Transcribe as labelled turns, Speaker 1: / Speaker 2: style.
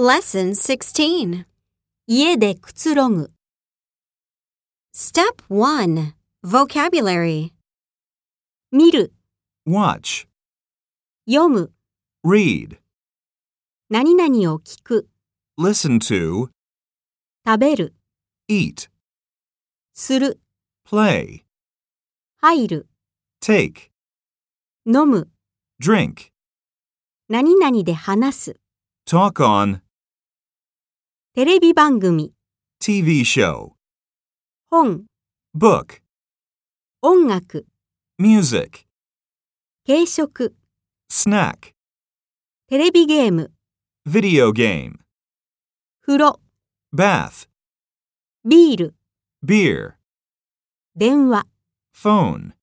Speaker 1: Lesson 16.
Speaker 2: 家でくつろぐ、
Speaker 1: Step 1. Vocabulary.
Speaker 2: 見る、
Speaker 3: Watch,
Speaker 2: 読む、
Speaker 3: read,
Speaker 2: 何々を聞く、
Speaker 3: listen to,
Speaker 2: 食べる、
Speaker 3: eat,
Speaker 2: する、
Speaker 3: play,
Speaker 2: 入る、
Speaker 3: take,
Speaker 2: 飲む、
Speaker 3: drink,
Speaker 2: 何々で話す、
Speaker 3: talk on,
Speaker 2: テレビ番組、
Speaker 3: TV show,
Speaker 2: 本、
Speaker 3: book,
Speaker 2: 音楽、
Speaker 3: music,
Speaker 2: 軽食、
Speaker 3: snack,
Speaker 2: テレビゲーム、
Speaker 3: video game,
Speaker 2: 風呂、
Speaker 3: bath,
Speaker 2: ビール、
Speaker 3: beer,
Speaker 2: 電話。
Speaker 3: phone.